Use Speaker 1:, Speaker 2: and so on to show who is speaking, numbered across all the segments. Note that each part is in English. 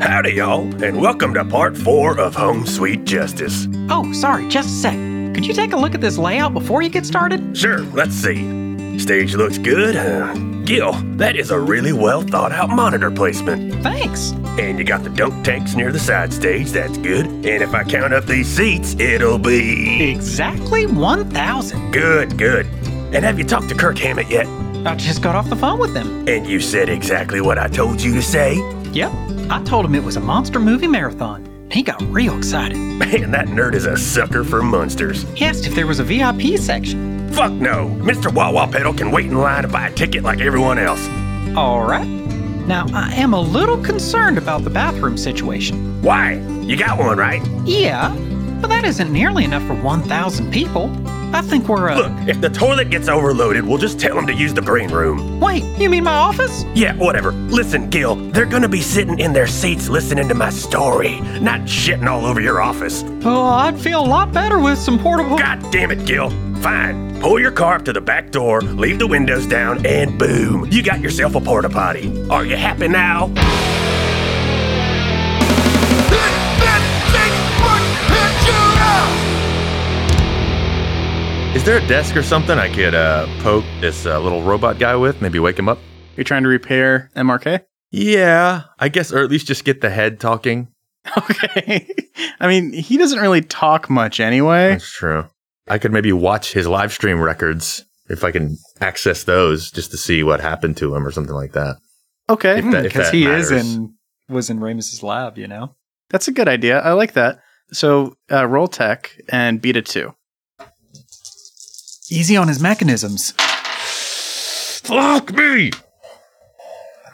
Speaker 1: Howdy, y'all, and welcome to part four of Home Sweet Justice.
Speaker 2: Oh, sorry, just a sec. Could you take a look at this layout before you get started?
Speaker 1: Sure, let's see. Stage looks good. Uh, Gil, that is a really well thought out monitor placement.
Speaker 2: Thanks.
Speaker 1: And you got the dunk tanks near the side stage, that's good. And if I count up these seats, it'll be.
Speaker 2: Exactly 1,000.
Speaker 1: Good, good. And have you talked to Kirk Hammett yet?
Speaker 2: I just got off the phone with them.
Speaker 1: And you said exactly what I told you to say?
Speaker 2: Yep, I told him it was a monster movie marathon. He got real excited.
Speaker 1: Man, that nerd is a sucker for monsters.
Speaker 2: He asked if there was a VIP section.
Speaker 1: Fuck no! Mr. Wawa Pedal can wait in line to buy a ticket like everyone else.
Speaker 2: All right. Now, I am a little concerned about the bathroom situation.
Speaker 1: Why? You got one, right?
Speaker 2: Yeah, but that isn't nearly enough for 1,000 people. I think we're, uh.
Speaker 1: Look, if the toilet gets overloaded, we'll just tell them to use the green room.
Speaker 2: Wait, you mean my office?
Speaker 1: Yeah, whatever. Listen, Gil, they're gonna be sitting in their seats listening to my story, not shitting all over your office.
Speaker 2: Oh, I'd feel a lot better with some portable.
Speaker 1: God damn it, Gil. Fine. Pull your car up to the back door, leave the windows down, and boom, you got yourself a porta potty. Are you happy now?
Speaker 3: Is there a desk or something I could uh, poke this uh, little robot guy with? Maybe wake him up?
Speaker 4: You're trying to repair MRK?
Speaker 3: Yeah, I guess, or at least just get the head talking.
Speaker 4: Okay. I mean, he doesn't really talk much anyway.
Speaker 3: That's true. I could maybe watch his live stream records if I can access those just to see what happened to him or something like that.
Speaker 4: Okay. Hmm,
Speaker 3: If that- if
Speaker 2: Because
Speaker 3: that
Speaker 2: he
Speaker 3: matters.
Speaker 2: is in. was in Ramus's lab, you know?
Speaker 4: That's a good idea. I like that. So uh, roll tech and beat a two.
Speaker 2: Easy on his mechanisms.
Speaker 3: Fuck me!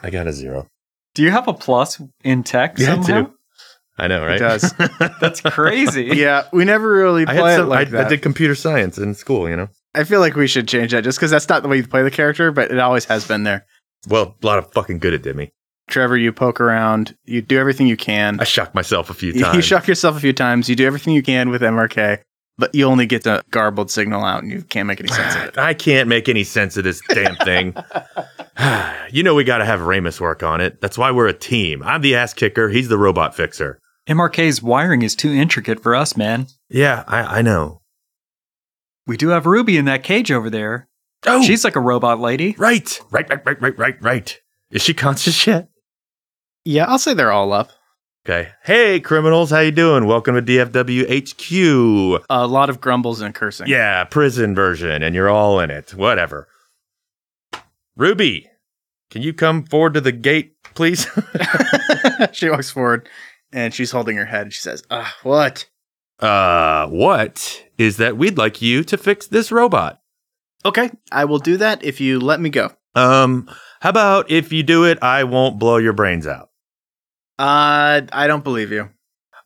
Speaker 3: I got a zero.
Speaker 2: Do you have a plus in tech
Speaker 3: Yeah, I
Speaker 2: somehow?
Speaker 3: do. I know, right?
Speaker 4: It does.
Speaker 2: That's crazy.
Speaker 4: yeah, we never really
Speaker 3: I,
Speaker 4: play
Speaker 3: had
Speaker 4: it
Speaker 3: some,
Speaker 4: like
Speaker 3: I,
Speaker 4: that.
Speaker 3: I did computer science in school, you know?
Speaker 4: I feel like we should change that just because that's not the way you play the character, but it always has been there.
Speaker 3: Well, a lot of fucking good it did me.
Speaker 4: Trevor, you poke around, you do everything you can.
Speaker 3: I shocked myself a few
Speaker 4: You,
Speaker 3: times.
Speaker 4: you shock yourself a few times. You do everything you can with MRK, but you only get the garbled signal out, and you can't make any sense of it.
Speaker 3: I can't make any sense of this damn thing. you know we got to have Ramus work on it. That's why we're a team. I'm the ass kicker. He's the robot fixer.
Speaker 2: MRK's wiring is too intricate for us, man.
Speaker 3: Yeah, I, I know.
Speaker 2: We do have Ruby in that cage over there.
Speaker 3: Oh, she's
Speaker 2: She's like a robot lady.
Speaker 3: right, right, right, right, right, right, right. Is she conscious yet?
Speaker 4: Yeah, I'll say they're all up.
Speaker 3: Okay. Hey, criminals, how you doing? Welcome to DFW HQ.
Speaker 4: A lot of grumbles and cursing.
Speaker 3: Yeah, prison version, and you're all in it. Whatever. Ruby, can you come forward to the gate, please?
Speaker 4: she walks forward and she's holding her head. She says, Ah, what?
Speaker 3: uh, what is that? We'd like you to fix this robot.
Speaker 4: Okay, I will do that if you let me go.
Speaker 3: Um, how about if you do it, I won't blow your brains out.
Speaker 4: Uh, I don't believe you.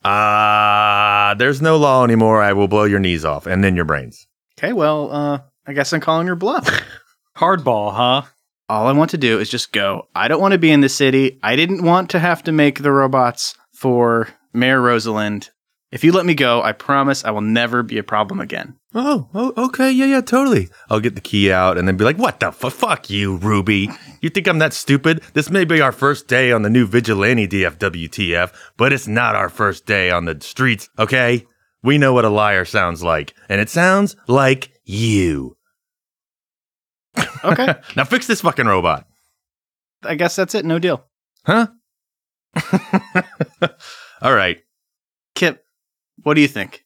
Speaker 3: Ah, there's no law anymore. I will blow your knees off and then your brains.
Speaker 4: Okay, well, uh, I guess I'm calling your bluff.
Speaker 2: Hardball, huh?
Speaker 4: All I want to do is just go. I don't want to be in the city. I didn't want to have to make the robots for Mayor Rosalind. If you let me go, I promise I will never be a problem again.
Speaker 3: Oh, oh, okay, yeah, yeah, totally. I'll get the key out and then be like, "What the fuck? Fuck you, Ruby. You think I'm that stupid? This may be our first day on the new vigilante DFWTF, but it's not our first day on the streets. Okay, we know what a liar sounds like, and it sounds like you.
Speaker 4: Okay,
Speaker 3: now fix this fucking robot,
Speaker 4: I guess that's it. No deal.
Speaker 3: huh? All right.
Speaker 4: Kip, what do you think?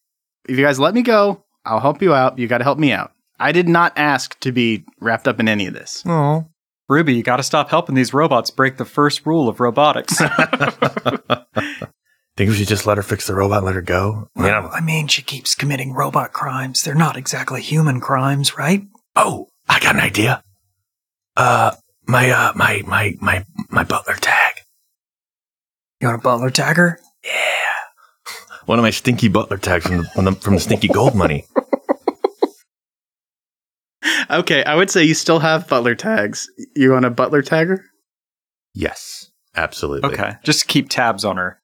Speaker 4: If you guys let me go, I'll help you out. You got to help me out. I did not ask to be wrapped up in any of this.
Speaker 3: Oh.
Speaker 2: Ruby, you gotta stop helping these robots break the first rule of robotics.
Speaker 3: Think we should just let her fix the robot, let her go? I mean, I'm-
Speaker 2: I mean, she keeps committing robot crimes. They're not exactly human crimes, right?
Speaker 1: Oh, I got an idea. Uh, my, uh, my, my, my, my butler tag.
Speaker 2: You want a butler tagger?
Speaker 3: One of my stinky butler tags from the, from the, from the stinky gold money.
Speaker 4: Okay, I would say you still have butler tags. You want a butler tagger?
Speaker 3: Yes, absolutely.
Speaker 2: Okay, just keep tabs on her.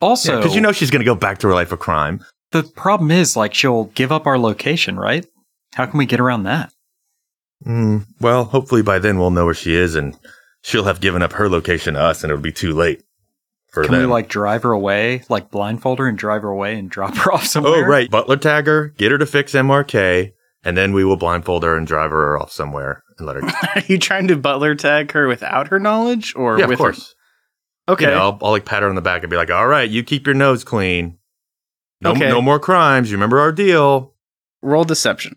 Speaker 2: Also,
Speaker 3: Because you know she's going to go back to her life of crime.
Speaker 2: the problem is, like, she'll give up our location, right? How can we get around that?
Speaker 3: Mm, well, hopefully by then we'll know where she is and she'll have given up her location to us and it'll be too late. for
Speaker 5: Can
Speaker 3: them.
Speaker 5: we like drive her away, like blindfold her and drive her away and drop her off
Speaker 3: oh,
Speaker 5: somewhere?
Speaker 3: right. Butler tag her, get her to fix MRK, and then we will blindfold her and drive her off somewhere and let her.
Speaker 4: Are you trying to butler tag her without her knowledge, or
Speaker 3: yeah,
Speaker 4: with
Speaker 3: of course.
Speaker 4: Her? Okay,
Speaker 3: You know, I'll, I'll like pat her on the back and be like, all right, you keep your nose clean. No,
Speaker 4: Okay.
Speaker 3: no more crimes. You remember our deal.
Speaker 4: roll deception.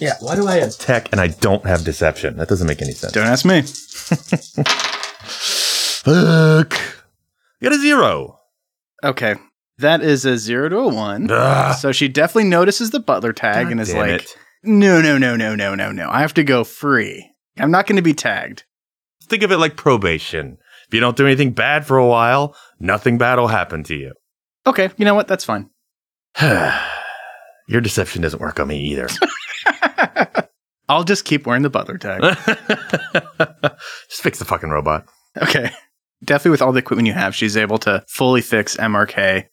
Speaker 3: Yeah. Why do I have tech and I don't have deception? That doesn't make any sense.
Speaker 4: Don't ask me.
Speaker 3: Fuck. You got a zero.
Speaker 4: Okay, that is a zero to a one.
Speaker 3: Ugh.
Speaker 4: So she definitely notices the butler tag and is
Speaker 3: Damn
Speaker 4: like,
Speaker 3: it.
Speaker 4: "No, no, no, no, no, no, no! I have to go free. I'm not going to be tagged."
Speaker 3: think of it like probation. If you don't do anything bad for a while, nothing bad will happen to you.
Speaker 4: Okay, you know what? That's fine.
Speaker 3: Your deception doesn't work on me either.
Speaker 4: I'll just keep wearing the butler tag.
Speaker 3: Just fix the fucking robot.
Speaker 4: okay, definitely with all the equipment you have, she's able to fully fix MRK,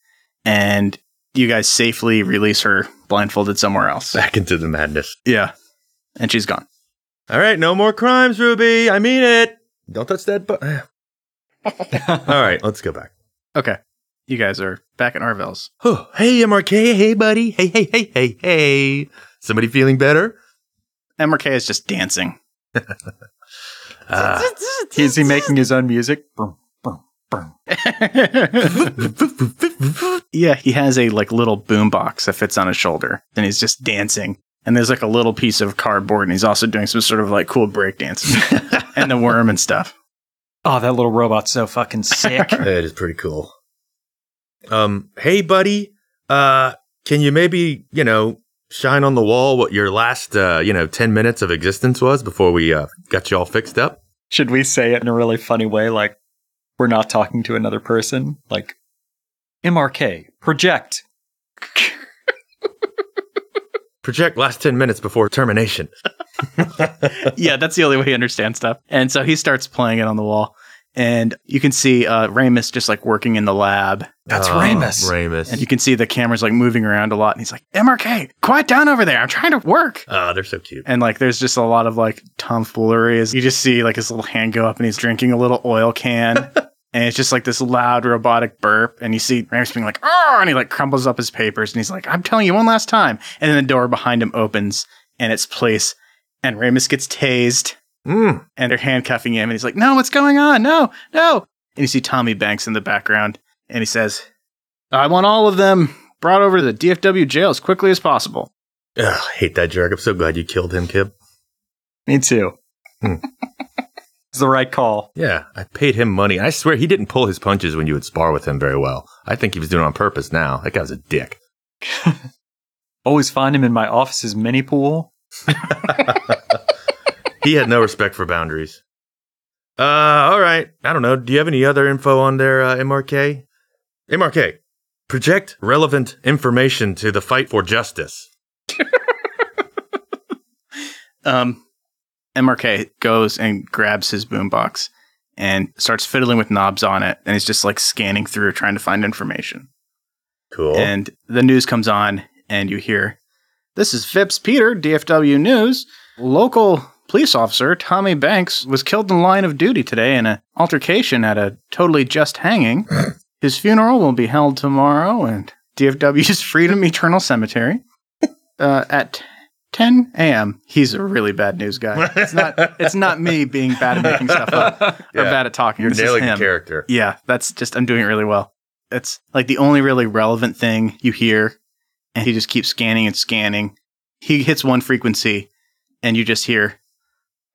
Speaker 4: and you guys safely release her blindfolded somewhere else.
Speaker 3: Back into the madness.
Speaker 4: yeah, and she's gone.
Speaker 3: All right, no more crimes, Ruby. I mean it. Don't touch that button. All right, let's go back.
Speaker 4: Okay. You guys are back at Arvel's.
Speaker 3: Oh, hey, MRK. Hey, buddy. Hey, hey, hey, hey, hey. Somebody feeling better?
Speaker 4: MRK is just dancing.
Speaker 3: Ah.
Speaker 5: Is he making his own music? Boom, boom, boom.
Speaker 4: yeah, he has a like little boom box that fits on his shoulder and he's just dancing. And there's like a little piece of cardboard and he's also doing some sort of like cool break dances and the worm and stuff.
Speaker 5: Oh, that little robot's so fucking sick.
Speaker 3: That is pretty cool. Um, hey buddy, uh, can you maybe, you know, shine on the wall what your last uh, you know, 10 minutes of existence was before we uh, got you all fixed up?
Speaker 5: Should we say it in a really funny way, like we're not talking to another person? Like MRK, project.
Speaker 3: Project last 10 minutes before termination.
Speaker 4: yeah, that's the only way he understands stuff. And so he starts playing it on the wall. And you can see uh, Ramus just like working in the lab.
Speaker 5: That's
Speaker 3: Oh,
Speaker 5: Ramus.
Speaker 3: Ramus.
Speaker 4: And you can see the camera's like moving around a lot. And he's like, MRK, quiet down over there. I'm trying to work.
Speaker 3: Ah, they're so cute.
Speaker 4: and like there's just a lot of like tomfoolery as you just see like his little hand go up and he's drinking a little oil can and it's just like this loud robotic burp and you see Ramus being like oh and he like crumbles up his papers and he's like I'm telling you one last time and then the door behind him opens and it's place and Ramus gets tased
Speaker 3: Mm.
Speaker 4: and they're handcuffing him and he's like no what's going on no no and you see Tommy Banks in the background and he says I want all of them brought over to the DFW jail as quickly as possible
Speaker 3: Ugh, I hate that jerk. I'm so glad you killed him, Kib.
Speaker 5: Me too.
Speaker 3: Hmm.
Speaker 5: it's the right call.
Speaker 3: Yeah, I paid him money. I swear he didn't pull his punches when you would spar with him very well. I think he was doing it on purpose now. That guy was a dick.
Speaker 5: Always find him in my office's mini pool.
Speaker 3: he had no respect for boundaries. Uh, all right. I don't know. Do you have any other info on their uh, MRK? MRK, project relevant information to the fight for justice.
Speaker 4: Um, MRK goes and grabs his boombox and starts fiddling with knobs on it, and he's just like scanning through, trying to find information.
Speaker 3: Cool.
Speaker 4: And the news comes on, and you hear, "This is Phipps Peter, DFW News. Local police officer Tommy Banks was killed in the line of duty today in an altercation at a totally just hanging. His funeral will be held tomorrow at DFW's Freedom Eternal Cemetery uh, at." 10 a.m. He's a really bad news guy. It's not. It's not me being bad at making stuff up
Speaker 3: Yeah.
Speaker 4: or bad at talking.
Speaker 3: You're
Speaker 4: This is
Speaker 3: nailing the
Speaker 4: him.
Speaker 3: character.
Speaker 4: Yeah, that's just I'm doing it really well. That's like the only really relevant thing you hear, and he just keeps scanning and scanning. He hits one frequency, and you just hear,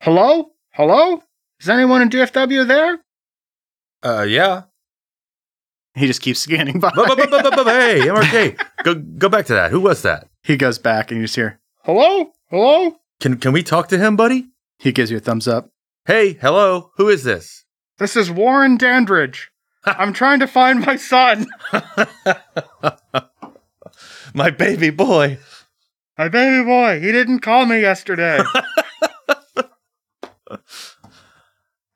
Speaker 4: "Hello, hello, is anyone in DFW there?"
Speaker 3: Uh, yeah.
Speaker 4: He just keeps scanning by.
Speaker 3: Bu- bu- bu- bu- bu- bu- hey, MRK, go go back to that. Who was that?
Speaker 4: he goes back, and you just hear, "Hello, hello."
Speaker 3: Can can we talk to him, buddy?
Speaker 4: He gives you a thumbs up.
Speaker 3: Hey, hello. Who is this?
Speaker 4: This is Warren Dandridge. I'm trying to find my son,
Speaker 3: My baby boy.
Speaker 4: my baby boy. He didn't call me yesterday.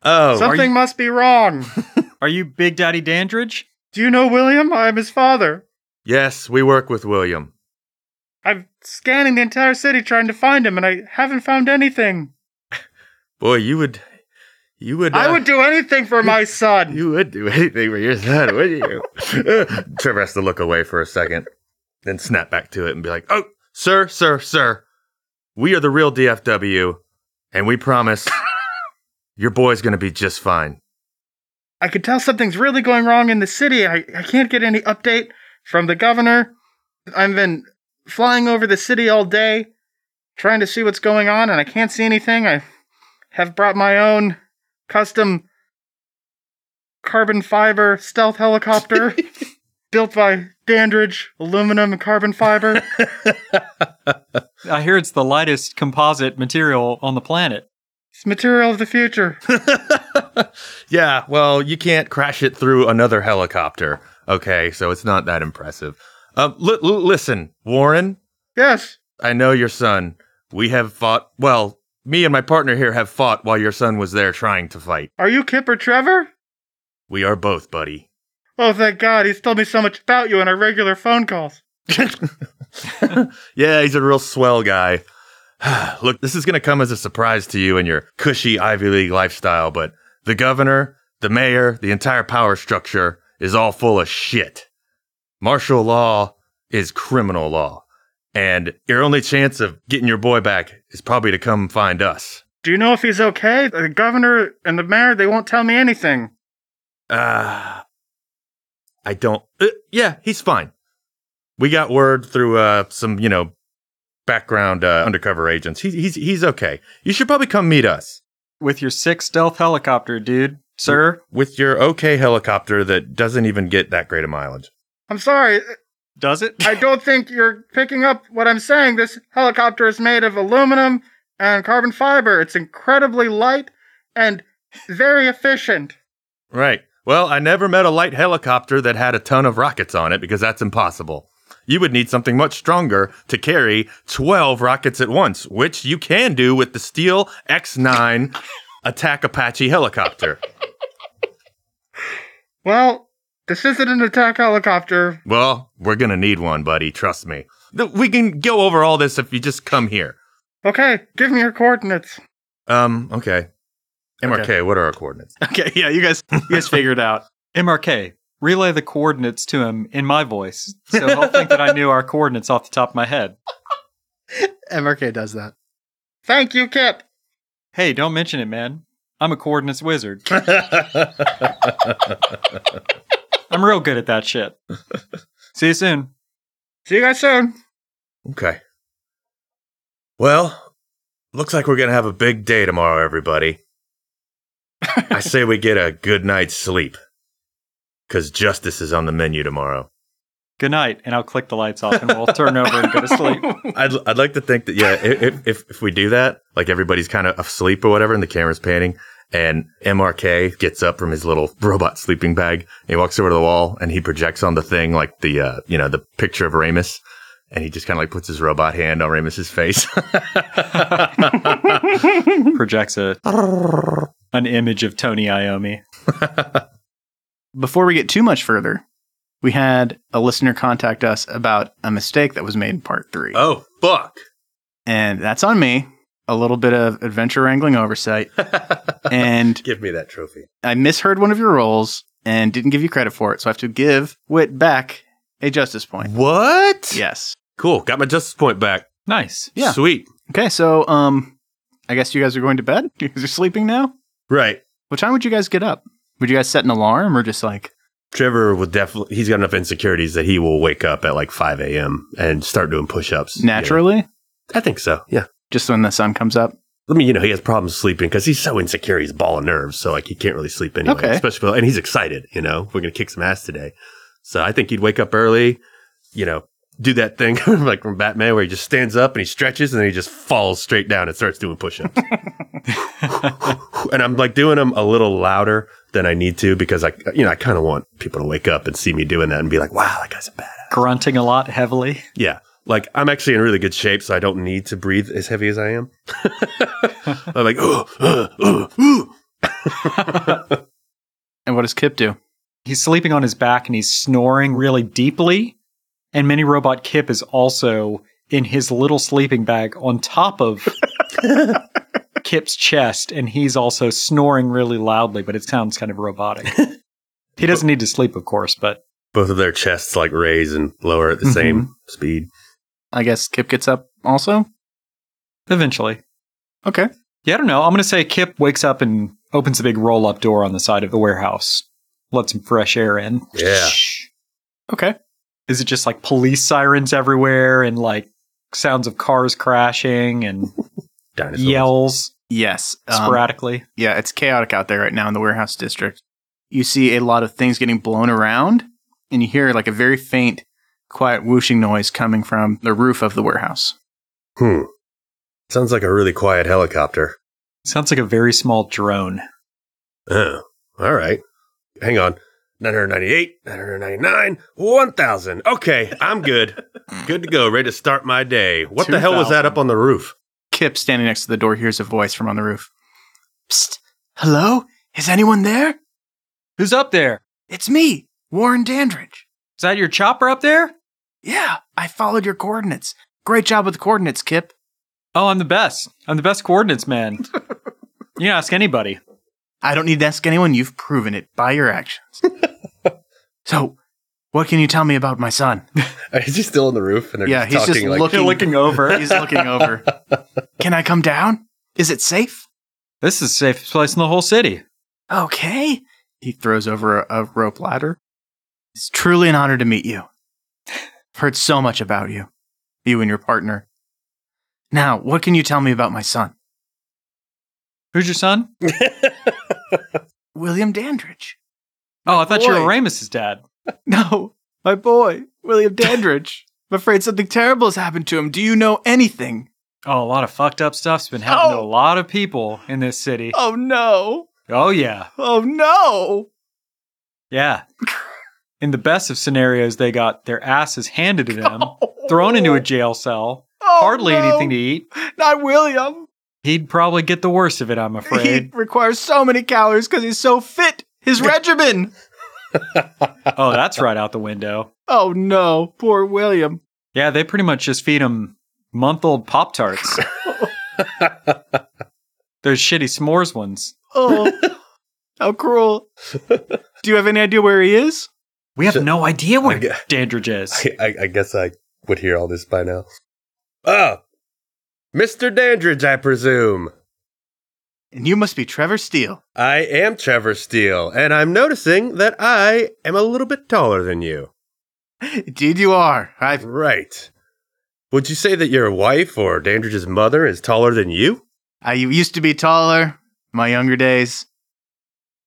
Speaker 3: Oh, are you-
Speaker 4: must be wrong.
Speaker 5: Are you Big Daddy Dandridge?
Speaker 4: Do you know William? I'm his father.
Speaker 3: yes, we work with William.
Speaker 4: I'm scanning the entire city trying to find him, and I haven't found anything.
Speaker 3: Boy, you would You would.
Speaker 6: I
Speaker 3: uh,
Speaker 6: would do anything for my son.
Speaker 3: You would do anything for your son, would you? Trevor has to look away for a second, then snap back to it and be like, "Oh, sir, sir, sir, we are the real DFW, and we promise your boy's gonna be just fine."
Speaker 6: I could tell something's really going wrong in the city. I, I can't get any update from the governor. I've been flying over the city all day trying to see what's going on, and I can't see anything. I have brought my own custom carbon fiber stealth helicopter built by Dandridge aluminum and carbon fiber.
Speaker 5: I hear it's the lightest composite material on the planet.
Speaker 6: it's material of the future.
Speaker 3: yeah, well, you can't crash it through another helicopter. Okay, so it's not that impressive. Um, li- li- listen, Warren,
Speaker 6: yes.
Speaker 3: I know your son. We have fought. Well, me and my partner here have fought while your son was there trying to fight.
Speaker 6: Are you Kip or Trevor?
Speaker 3: We are both, buddy.
Speaker 6: Oh, thank God. He's told me so much about you in our regular phone calls.
Speaker 3: Yeah, he's a real swell guy. Look, this is going to come as a surprise to you and your cushy Ivy League lifestyle, but the governor, the mayor, the entire power structure is all full of shit. Martial law is criminal law, and your only chance of getting your boy back is probably to come find us.
Speaker 6: Do you know if he's okay? The governor and the mayor, they won't tell me anything.
Speaker 3: Uh, I don't. Uh, yeah, he's fine. We got word through uh, some, you know, background uh, undercover agents. He, he's he's okay. You should probably come meet us
Speaker 5: With your sick stealth helicopter, dude, sir.
Speaker 3: with your okay helicopter that doesn't even get that great a mileage.
Speaker 6: I'm sorry.
Speaker 5: Does it?
Speaker 6: I don't think you're picking up what I'm saying. This helicopter is made of aluminum and carbon fiber. It's incredibly light and very efficient.
Speaker 3: Right. Well, I never met a light helicopter that had a ton of rockets on it because that's impossible. You would need something much stronger to carry 12 rockets at once, which you can do with the Steel X9 Attack Apache helicopter.
Speaker 6: Well, this isn't an attack helicopter.
Speaker 3: Well, we're gonna need one, buddy. Trust me. Th- We can go over all this if you just come here.
Speaker 6: Okay, give me your coordinates.
Speaker 3: Um. Okay. MRK, what are our coordinates?
Speaker 4: Okay, yeah, you guys, you guys figure it out.
Speaker 5: MRK, relay the coordinates to him in my voice, so he'll think that I knew our coordinates off the top of my head.
Speaker 7: MRK does that.
Speaker 6: Thank you, Kip.
Speaker 5: Hey, don't mention it, man. I'm a coordinates wizard. I'm real good at that shit. See you soon.
Speaker 6: See you guys soon.
Speaker 3: okay. Well, looks like we're gonna have a big day tomorrow, everybody. I say we get a good night's sleep, cause justice is on the menu tomorrow.
Speaker 5: Good night, and I'll click the lights off and we'll turn over and go to sleep.
Speaker 3: I'd, I'd like to think that yeah, i- if if, if we do that, like everybody's kind of asleep or whatever, and the camera's panning, and MRK gets up from his little robot sleeping bag, and he walks over to the wall, and he projects on the thing like the uh, you know the picture of Ramus, and he just kind of like puts his robot hand on Ramus's face.
Speaker 5: Projects a an image of Tony Iommi.
Speaker 4: Before we get too much further, we had a listener contact us about a mistake that was made in part three.
Speaker 3: oh fuck!
Speaker 4: And that's on me. A little bit of adventure wrangling oversight. and
Speaker 3: Give me that trophy.
Speaker 4: I misheard one of your roles and didn't give you credit for it. So I have to give Wit back a justice point.
Speaker 3: What?
Speaker 4: Yes.
Speaker 3: Cool. Got my justice point back.
Speaker 5: Nice.
Speaker 4: Yeah.
Speaker 3: Sweet.
Speaker 4: Okay, so um I guess you guys are going to bed? You guys are sleeping now?
Speaker 3: Right.
Speaker 4: What time would you guys get up? Would you guys set an alarm or just like
Speaker 3: Trevor will definitely. He's got enough insecurities that he will wake up at like 5 a.m. and start doing push-ups. you know?
Speaker 4: naturally?
Speaker 3: I think so. Yeah.
Speaker 4: Just when the sun comes up?
Speaker 3: I mean, you know, he has problems sleeping because he's so insecure. He's a ball of nerves, so like he can't really sleep anyway.
Speaker 4: Okay.
Speaker 3: Especially, and he's excited. You know, we're gonna kick some ass today. So I think he'd wake up early. You know, do that thing like from Batman where he just stands up and he stretches and then he just falls straight down and starts doing push-ups. and I'm like doing them a little louder than I need to because I, you know, I kind of want people to wake up and see me doing that and be like, "Wow, that guy's a badass."
Speaker 5: Grunting a lot heavily.
Speaker 3: Yeah. Like I'm actually in really good shape, so I don't need to breathe as heavy as I am. I'm like, oh, oh, oh, oh.
Speaker 4: And what does Kip do?
Speaker 5: He's sleeping on his back and he's snoring really deeply. And Mini Robot Kip is also in his little sleeping bag on top of Kip's chest, and he's also snoring really loudly, but it sounds kind of robotic. he doesn't need to sleep, of course, but
Speaker 3: Both of their chests like raise and lower at the same speed.
Speaker 4: I guess Kip gets up also.
Speaker 5: eventually.
Speaker 4: Okay.
Speaker 5: Yeah, I don't know. I'm going to say Kip wakes up and opens the big roll up door on the side of the warehouse, lets some fresh air in.
Speaker 3: Yeah.
Speaker 4: Okay.
Speaker 5: Is it just like police sirens everywhere and like sounds of cars crashing and
Speaker 3: Dinosaurs.
Speaker 5: yells
Speaker 4: Yes. um,
Speaker 5: sporadically?
Speaker 4: yeah, it's chaotic out there right now in the warehouse district. You see a lot of things getting blown around, and you hear like a very faint, quiet whooshing noise coming from the roof of the warehouse.
Speaker 3: Hmm. Sounds like a really quiet helicopter.
Speaker 5: Sounds like a very small drone.
Speaker 3: Oh, all right. Hang on. 998, 999, 1000. Okay, I'm good. good to go. Ready to start my day. What the hell was that
Speaker 4: 2,000.
Speaker 3: up on the roof?
Speaker 4: Kip, standing next to the door, hears a voice from on the roof. Psst, hello? Is anyone there?
Speaker 5: Who's up there?
Speaker 4: It's me, Warren Dandridge.
Speaker 5: Is that your chopper up there?
Speaker 4: Yeah, I followed your coordinates. Great job with the coordinates, Kip.
Speaker 5: Oh, I'm the best. I'm the best coordinates man. you can ask anybody.
Speaker 4: I don't need to ask anyone. You've proven it by your actions. so, what can you tell me about my son?
Speaker 3: Is he still on the roof? And they're
Speaker 4: Yeah, he's
Speaker 3: talking
Speaker 4: just
Speaker 3: like,
Speaker 4: looking,
Speaker 5: over.
Speaker 4: He's looking over. Can I come down? Is it safe?
Speaker 5: this is the safest place in the whole city.
Speaker 4: Okay. He throws over a, a rope ladder. It's truly an honor to meet you. I've heard so much about you, you and your partner. Now, what can you tell me about my son,
Speaker 5: Who's your son?
Speaker 4: William Dandridge?
Speaker 5: Oh, I thought you were
Speaker 4: Boy.
Speaker 5: Ramus's dad.
Speaker 4: No, my boy, William Dandridge. I'm afraid something terrible has happened to him. Do you know anything?
Speaker 5: Oh, a lot of fucked up stuff's been happening to
Speaker 4: Oh.
Speaker 5: a lot of people in this city. Oh,
Speaker 4: Oh no!
Speaker 5: yeah.
Speaker 4: Oh no!
Speaker 5: Yeah. In the best of scenarios, they got their asses handed to them, thrown into a jail cell,
Speaker 4: Oh,
Speaker 5: hardly
Speaker 4: no.
Speaker 5: anything to eat.
Speaker 4: Not William.
Speaker 5: He'd probably get the worst of it, I'm afraid.
Speaker 4: He requires so many calories because he's so fit. His regimen.
Speaker 5: oh, that's right out the window.
Speaker 4: Oh no, poor William.
Speaker 5: Yeah, they pretty much just feed them month old Pop Tarts. Those shitty s'mores ones.
Speaker 4: Oh, how cruel. Do you have any idea where he is?
Speaker 5: We have
Speaker 3: Shit.
Speaker 5: no idea where
Speaker 3: I get-
Speaker 5: Dandridge is.
Speaker 3: I, um, I, I guess I would hear all this by now. Oh, Mr. Dandridge, I presume.
Speaker 4: And you must be Trevor Steele.
Speaker 3: I am Trevor Steele, and I'm noticing that I am a little bit taller than you.
Speaker 4: Indeed, you are. I
Speaker 3: Right. Would you say that your wife or Dandridge's mother is taller than you?
Speaker 4: I used to be taller. My younger days.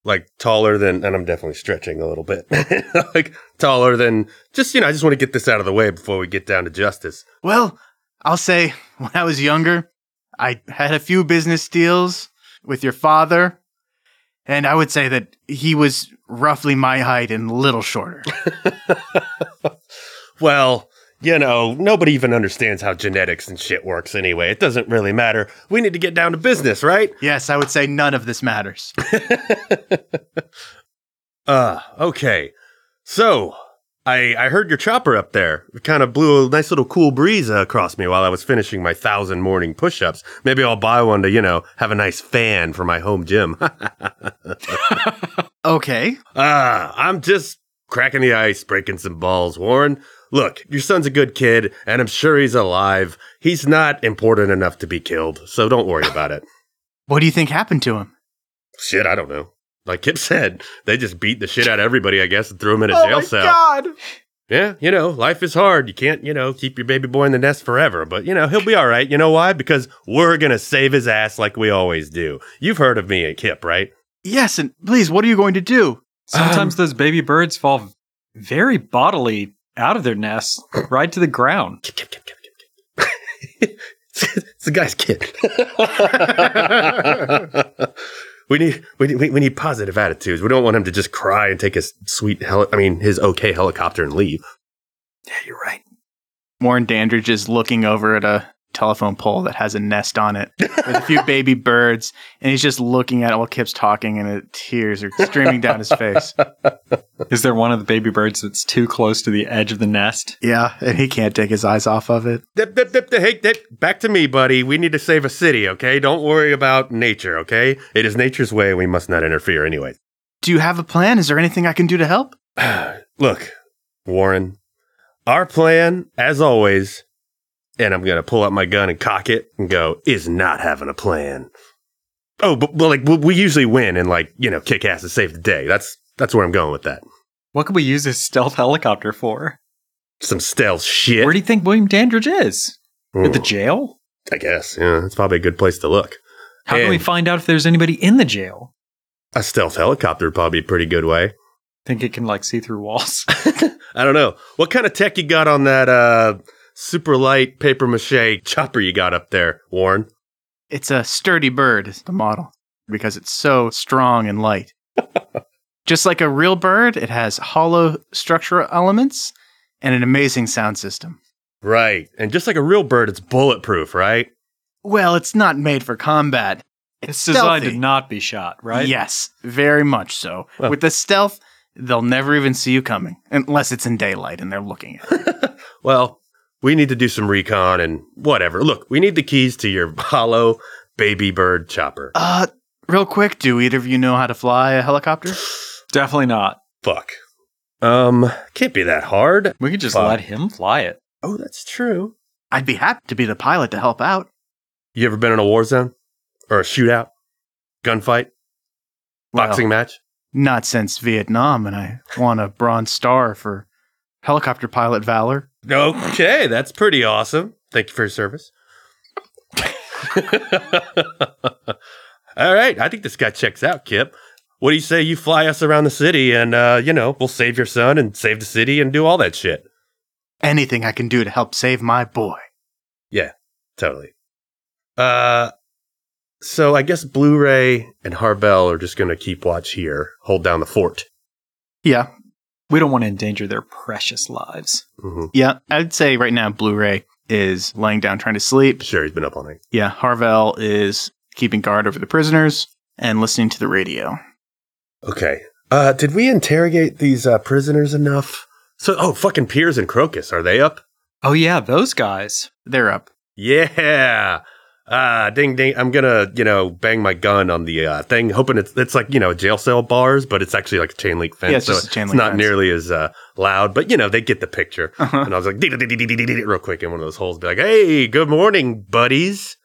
Speaker 3: Like taller than, and I'm definitely stretching a little bit. like taller than, just, you know, I just want to get this out of the way before we get down to justice.
Speaker 4: Well, I'll say when I was younger, I had a few business deals with your father, and I would say that he was roughly my height and a little shorter.
Speaker 3: Well, you know, nobody even understands how genetics and shit works anyway. It doesn't really matter. We need to get down to business, right?
Speaker 4: yes, I would say none of this matters.
Speaker 3: Uh, okay. So, I I heard your chopper up there. It kind of blew a nice little cool breeze uh, across me while I was finishing my thousand morning push-ups. Maybe I'll buy one to, you know, have a nice fan for my home gym.
Speaker 4: Okay.
Speaker 3: Ah, I'm just cracking the ice, breaking some balls, Warren. Look, your son's a good kid, and I'm sure he's alive. He's not important enough to be killed, so don't worry about it.
Speaker 4: What do you think happened to him?
Speaker 3: Shit, I don't know. Like Kip said, they just beat the shit out of everybody, I guess, and threw him in a
Speaker 4: oh
Speaker 3: jail
Speaker 4: my
Speaker 3: cell.
Speaker 4: god.
Speaker 3: Yeah, you know, life is hard. You can't, you know, keep your baby boy in the nest forever, but you know, he'll be all right. You know why? Because we're going to save his ass like we always do. You've heard of me and Kip, right?
Speaker 4: Yes, and please, what are you going to do?
Speaker 5: Sometimes those baby birds fall very bodily out of their nests, right to the ground.
Speaker 3: Kip, Kip, Kip, Kip, Kip, Kip. it's the guy's kid. we need we, need- we we need positive attitudes. We don't want him to just cry and take his sweet heli- I mean, his okay helicopter and leave.
Speaker 5: Yeah, you're right.
Speaker 4: Warren Dandridge is looking over at a telephone pole that has a nest on it with a few baby birds, and he's just looking at it while Kip's talking, and it, tears are streaming down his face.
Speaker 5: Is there one of the baby birds that's too close to the edge of the nest?
Speaker 4: Yeah, and he can't take his eyes off of it.
Speaker 1: Dip, dip, dip, dip, hey, dip. Back to me, buddy. We need to save a city, okay? Don't worry about nature, okay? It is nature's way. We must not interfere anyway.
Speaker 4: Do you have a plan? Is there anything I can do to help?
Speaker 1: Look, Warren, our plan, as always, and I'm going to pull out my gun and cock it and go, is not having a plan. Oh, but, but like we- we usually win and like, you know, kick ass and save the day. That's that's where I'm going with that.
Speaker 5: What could we use his stealth helicopter for?
Speaker 1: Some stealth shit.
Speaker 5: Where do you think William Dandridge is? At the
Speaker 1: Mm,
Speaker 5: jail?
Speaker 1: I guess. Yeah, it's probably a good place to look.
Speaker 5: How can
Speaker 1: And-
Speaker 5: we find out if there's anybody in the jail?
Speaker 1: A stealth helicopter would probably be a pretty good way.
Speaker 5: Think it can like see through walls?
Speaker 1: I don't know. What kind of tech you got on that uh super light paper mache chopper you got up there, Warren?
Speaker 4: It's a sturdy bird, is the model, because it's so strong and light. Just like a real bird, it has hollow structural elements and an amazing sound system.
Speaker 1: Right. And just like a real bird, it's bulletproof, right?
Speaker 4: Well, it's not made for combat. It's,
Speaker 5: It's designed
Speaker 4: stealthy.
Speaker 5: to not be shot, right?
Speaker 4: Yes, very much so.
Speaker 1: Well-
Speaker 4: With the stealth, they'll never even see you coming, unless it's in daylight and they're looking at it.
Speaker 1: Well, we need to do some recon and whatever. Look, we need the keys to your hollow baby bird chopper.
Speaker 4: Uh, real quick, do either of you know how to fly a helicopter?
Speaker 5: Definitely not.
Speaker 1: Fuck. Um, can't be that hard.
Speaker 5: We could just
Speaker 1: Fuck.
Speaker 5: let him fly it.
Speaker 1: Oh, that's true.
Speaker 4: I'd be happy to be the pilot to help out.
Speaker 1: You ever been in a war zone or a shootout, gunfight,
Speaker 4: Well,
Speaker 1: boxing match?
Speaker 4: not since Vietnam, and I won a Bronze Star for helicopter pilot valor.
Speaker 1: Okay, that's pretty awesome. Thank you for your service. All right, I think this guy checks out, Kip. What do you say you fly us around the city and, uh, you know, we'll save your son and save the city and do all that shit?
Speaker 4: Anything I can do to help save my boy.
Speaker 1: Totally. Uh, so I guess Blu-ray and Harbell are just going to keep watch here, hold down the fort.
Speaker 4: Yeah,
Speaker 5: We don't want to endanger their precious lives.
Speaker 1: hmm
Speaker 4: yeah. I'd say right now Blu-ray is laying down trying to sleep.
Speaker 1: Sure, he's been up all night.
Speaker 4: Yeah, Harvell is keeping guard over the prisoners and listening to the radio.
Speaker 1: Okay. Uh, did we interrogate these uh, prisoners enough? So, oh, fucking Piers and Crocus, are they up?
Speaker 5: Oh yeah, those guys.
Speaker 4: They're up.
Speaker 1: Yeah. Ah, ding ding. I'm gonna, you know, bang my gun on the uh, thing, hoping it's it's like you know jail cell bars, but it's actually like a chain link fence.
Speaker 4: Yeah, it's
Speaker 1: so
Speaker 4: just a chain
Speaker 1: it's
Speaker 4: link
Speaker 1: not
Speaker 4: fence.
Speaker 1: nearly as uh, loud, but you know they get the picture.
Speaker 4: Uh-huh.
Speaker 1: And I was like, "Dee, dee, dee, dee, dee, dee, dee," real quick in one of those holes, be like, hey, good morning, buddies.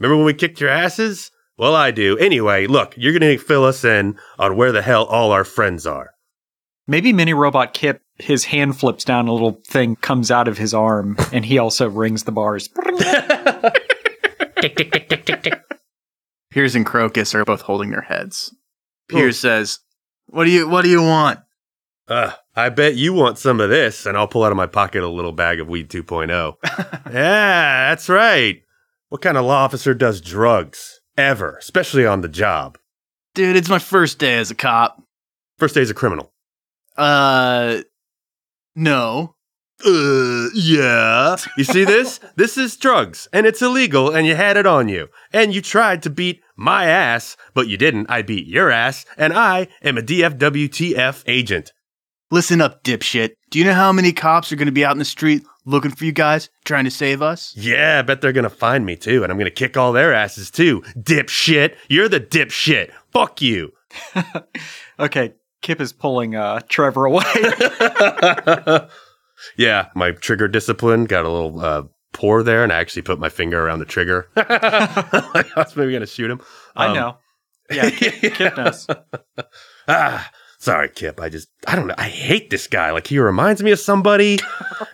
Speaker 1: Remember when we kicked your asses? Well, I do. Anyway, look, you're going to fill us in on where the hell all our friends are.
Speaker 5: Maybe Mini Robot Kip, his hand flips down, a little thing comes out of his arm, and he also rings the bars.
Speaker 4: Piers and Crocus are both holding their heads. Piers says, "What do you What do you want?"
Speaker 1: Uh, I bet you want some of this. And I'll pull out of my pocket a little bag of Weed 2.0. yeah, that's right. What kind of law officer does drugs? Ever, especially on the job.
Speaker 4: Dude, it's my first day as a cop.
Speaker 1: First day's a criminal.
Speaker 4: Uh, no.
Speaker 1: Uh, yeah. You see this? this is drugs, and it's illegal, and you had it on you. And you tried to beat my ass, but you didn't. I beat your ass, and I am a DFWTF agent.
Speaker 4: Listen up, dipshit. Do you know how many cops are going to be out in the street looking for you guys, trying to save us?
Speaker 1: Yeah, I bet they're gonna find me too, and I'm gonna kick all their asses too. Dipshit. You're the dipshit. Fuck you.
Speaker 5: Okay, Kip is pulling uh, Trevor away.
Speaker 1: yeah, my trigger discipline got a little uh, poor there, and I actually put my finger around the trigger. I was maybe gonna shoot him.
Speaker 5: I
Speaker 1: Um,
Speaker 5: know. Yeah, Kip, Kip knows.
Speaker 1: Ah, sorry, Kip. I just, I don't know. I hate this guy. Like, he reminds me of somebody,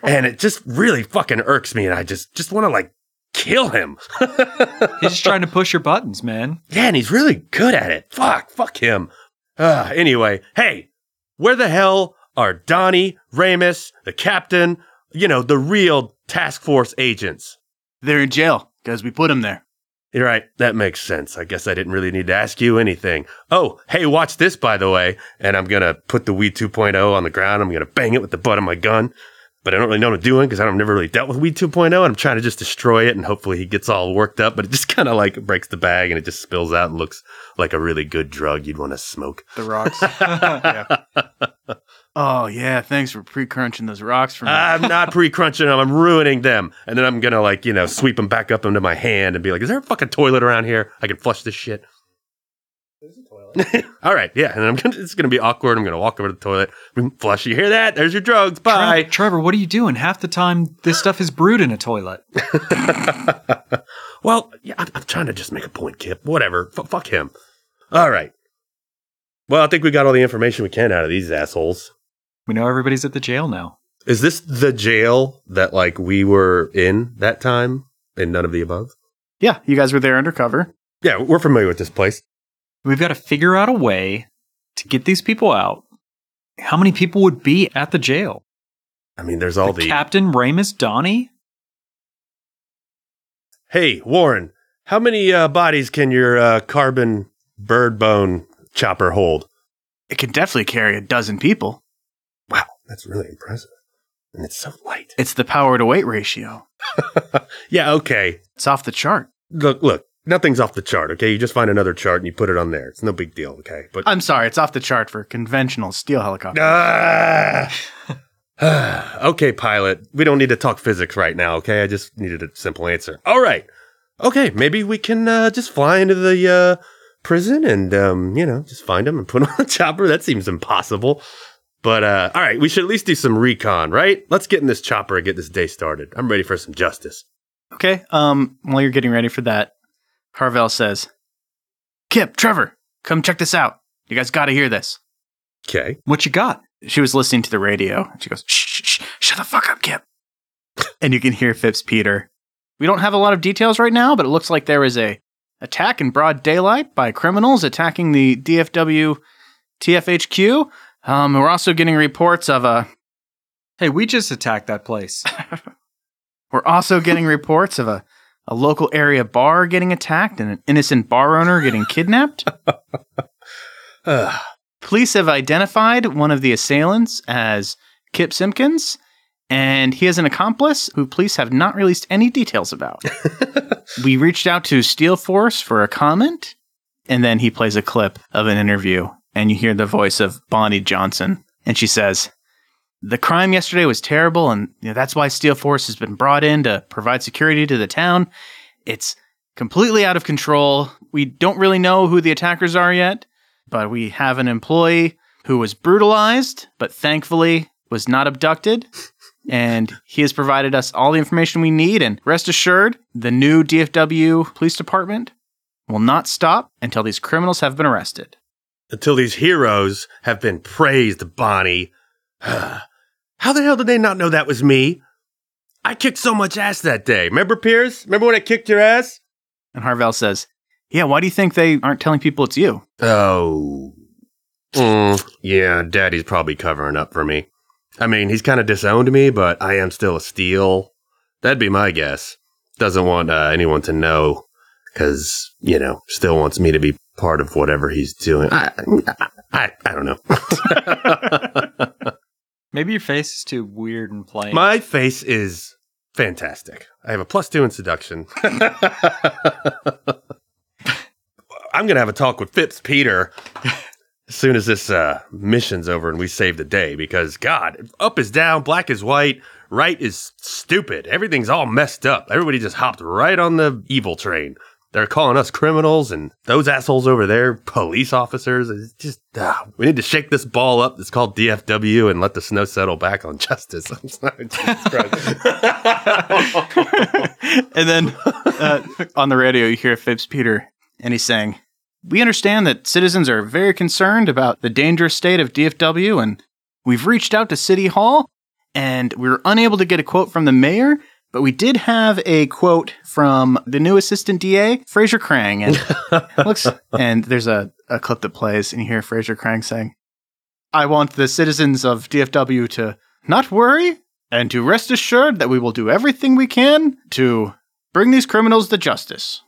Speaker 1: and it just really fucking irks me. And I just, just want to like kill him.
Speaker 5: He's just trying to push your buttons, man.
Speaker 1: Yeah, and he's really good at it. Fuck, fuck him. Ah, anyway, hey, where the hell are Donnie, Ramus, the captain, you know, the real task force agents?
Speaker 4: They're in jail because we put them there.
Speaker 1: You're right. That makes sense. I guess I didn't really need to ask you anything. Oh, hey, watch oh this, by the way. And I'm going to put the Wii 2.0 on the ground. I'm going to bang it with the butt of my gun. but I don't really know what I'm doing because I've never really dealt with Weed 2.0, oh, and I'm trying to just destroy it, and hopefully he gets all worked up, but it just kind of like breaks the bag and it just spills out and looks like a really good drug you'd want to smoke.
Speaker 4: The rocks. Oh yeah, thanks for pre-crunching those rocks for me.
Speaker 1: I'm not pre-crunching them. I'm ruining them, and then I'm gonna like you know sweep them back up into my hand and be like, "Is there a fucking toilet around here? I can flush this shit." There's a toilet. All right, yeah, and I'm gonna, it's gonna be awkward. I'm gonna walk over to the toilet, boom, flush. You hear that? There's your drugs.
Speaker 5: Tre-
Speaker 1: Bye.
Speaker 5: Trevor, what are you doing? Half the time, this stuff is brewed in a toilet.
Speaker 1: well, yeah, I'm, I'm trying to just make a point, Kip. Whatever. F- fuck him. All right. Well, I think we got all the information we can out of these assholes.
Speaker 5: We know everybody's at the jail now.
Speaker 1: Is this the jail that like we were in that time, and none of the above?
Speaker 4: Yeah, you guys were there undercover.
Speaker 1: Yeah, we're familiar with this place.
Speaker 5: We've got to figure out a way to get these people out. How many people would be at the jail?
Speaker 1: I mean, there's all the,
Speaker 5: Captain Ramus Donnie?
Speaker 1: hey Warren. How many uh, bodies can your uh, carbon bird bone chopper hold?
Speaker 4: It could definitely carry a dozen people.
Speaker 1: Wow, that's really impressive, and it's so light.
Speaker 4: It's the power to weight ratio.
Speaker 1: Yeah, okay.
Speaker 4: It's off the chart.
Speaker 1: Look, look, nothing's off the chart. Okay, you just find another chart and you put it on there. It's no big deal. Okay, but
Speaker 4: I'm sorry, it's off the chart for conventional steel helicopter.
Speaker 1: Ah. okay, pilot. We don't need to talk physics right now, okay? I just needed a simple answer. All right. Okay, maybe we can uh, just fly into the uh, prison and, um, you know, just find him and put him on a chopper. That seems impossible. But, uh, all right, we should at least do some recon, right? Let's get in this chopper and get this day started. I'm ready for some justice.
Speaker 4: Okay. Um. While you're getting ready for that, Carvel says, "Kip, Trevor, come check this out. You guys got to hear this."
Speaker 1: Okay.
Speaker 5: What you got?
Speaker 4: She was listening to the radio. She goes, "Shh, shh, shh shut the fuck up, Kip." and you can hear Phipps Peter. We don't have a lot of details right now, but it looks like there was a attack in broad daylight by criminals attacking the DFW TFHQ. Um, we're also getting reports of a
Speaker 5: Hey, we just attacked that place.
Speaker 4: We're also getting reports of a, a local area bar getting attacked and an innocent bar owner getting kidnapped.
Speaker 1: Ugh.
Speaker 4: Police have identified one of the assailants as Kip Simpkins, and he is an accomplice who police have not released any details about. we reached out to Steel Force for a comment, and then he plays a clip of an interview, and you hear the voice of Bonnie Johnson, and she says, the crime yesterday was terrible, and you know, that's why Steel Force has been brought in to provide security to the town. It's completely out of control. We don't really know who the attackers are yet, but we have an employee who was brutalized, but thankfully was not abducted. And he has provided us all the information we need. And rest assured, the new DFW Police Department will not stop until these criminals have been arrested.
Speaker 1: Until these heroes have been praised, Bonnie. How the hell did they not know that was me? I kicked so much ass that day. Remember, Pierce? Remember when I kicked your ass?
Speaker 4: And Harvell says, Yeah, why do you think they aren't telling people it's you?
Speaker 1: Oh. Mm, yeah, daddy's probably covering up for me. I mean, he's kind of disowned me, but I am still a steal. That'd be my guess. Doesn't want uh, anyone to know because, you know, still wants me to be part of whatever he's doing. I, I, I, I don't know.
Speaker 5: Maybe your face is too weird and plain.
Speaker 1: my face is fantastic. I have a plus two in seduction. I'm going to have a talk with Phipps Peter as soon as this uh, mission's over and we save the day because, God, up is down, black is white, right is stupid. Everything's all messed up. Everybody just hopped right on the evil train. They're calling us criminals and those assholes over there, police officers. It's just, ah, we need to shake this ball up. It's called DFW and let the snow settle back on justice. I'm sorry. Jesus Christ.
Speaker 4: and then uh, on the radio, you hear Phipps Peter, and he's saying, We understand that citizens are very concerned about the dangerous state of DFW, and we've reached out to City Hall, and we were unable to get a quote from the mayor. But we did have a quote from the new assistant DA, Fraser Crang, and it looks and there's a, a clip that plays, and you hear Fraser Crang saying, "I want the citizens of DFW to not worry and to rest assured that we will do everything we can to bring these criminals to justice.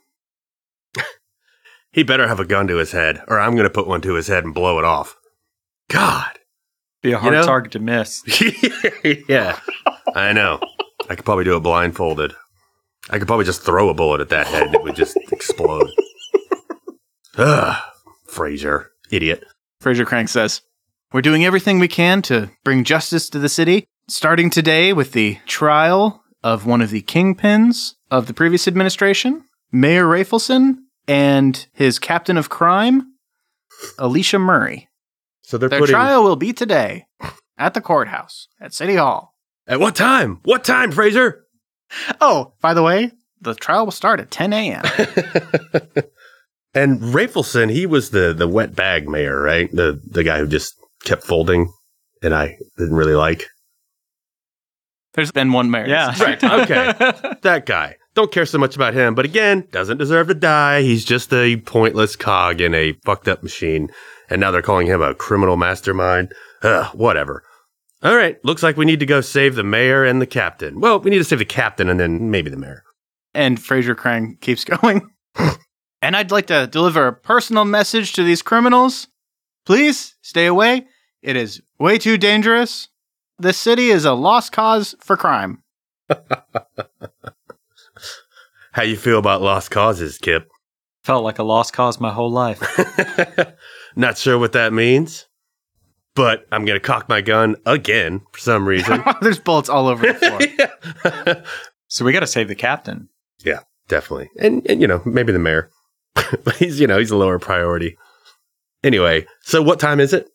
Speaker 1: He better have a gun to his head, or I'm going to put one to his head and blow it off. God.
Speaker 5: Be a hard
Speaker 1: know-
Speaker 5: target to miss.
Speaker 1: yeah. I know. I could probably do it blindfolded. I could probably just throw a bullet at that head and it would just explode. Ugh, Fraser, idiot.
Speaker 4: Fraser Crank says, We're doing everything we can to bring justice to the city, starting today with the trial of one of the kingpins of the previous administration, Mayor Rafelson, and his captain of crime, Alicia Murray.
Speaker 1: So they're
Speaker 4: Their
Speaker 1: putting.
Speaker 4: trial will be today at the courthouse at City Hall.
Speaker 1: At what time? What time, Fraser?
Speaker 4: Oh, by the way, the trial will start at 10 a.m.
Speaker 1: And Rafelson, he was the the wet bag mayor, right? The the guy who just kept folding, and I didn't really like
Speaker 4: There's been one mayor.
Speaker 5: Yeah.
Speaker 1: Right, okay. that guy. Don't care so much about him, but again, doesn't deserve to die. He's just a pointless cog in a fucked up machine, and now they're calling him a criminal mastermind. Ugh, whatever. All right, looks like we need to go save the mayor and the captain. Well, we need to save the captain and then maybe the mayor.
Speaker 4: And Fraser Crang keeps going. and I'd like to deliver a personal message to these criminals. Please stay away. It is way too dangerous. This city is a lost cause for crime.
Speaker 1: How you feel about lost causes, Kip?
Speaker 5: Felt like a lost cause my whole life.
Speaker 1: Not sure what that means, but I'm gonna cock my gun again for some reason.
Speaker 4: There's bullets all over the floor.
Speaker 5: So we got to save the captain.
Speaker 1: definitely. And, and you know, maybe the mayor. But he's you know, he's a lower priority. Anyway, so what time is it?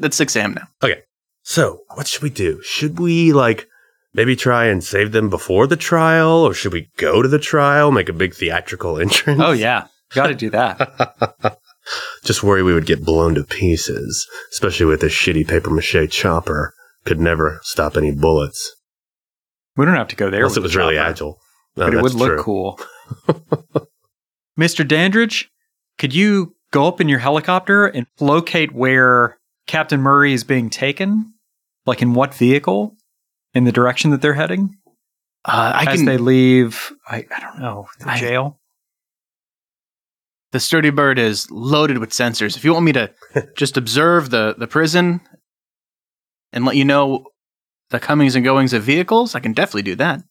Speaker 4: That's 6 a.m. now.
Speaker 1: So, what should we do? Should we like maybe try and save them before the trial or should we go to the trial, make a big theatrical entrance?
Speaker 5: Oh, yeah. Got to do that.
Speaker 1: Just worry we would get blown to pieces, especially with this shitty paper mache chopper. Could never stop any bullets.
Speaker 5: We don't have to go there.
Speaker 1: Unless
Speaker 5: with
Speaker 1: it was
Speaker 5: the
Speaker 1: really
Speaker 5: chopper,
Speaker 1: agile. No,
Speaker 5: But it
Speaker 1: that's
Speaker 5: would look
Speaker 1: true.
Speaker 5: cool. Mr. Dandridge, could you go up in your helicopter and locate where Captain Murray is being taken? Like in what vehicle? In the direction that they're heading?
Speaker 4: Uh, I
Speaker 5: As
Speaker 4: can.
Speaker 5: they leave, I, I don't know, the
Speaker 4: I-
Speaker 5: jail?
Speaker 4: the sturdy bird is loaded with sensors. If you want me to just observe the, the prison and let you know the comings and goings of vehicles, I can definitely do that.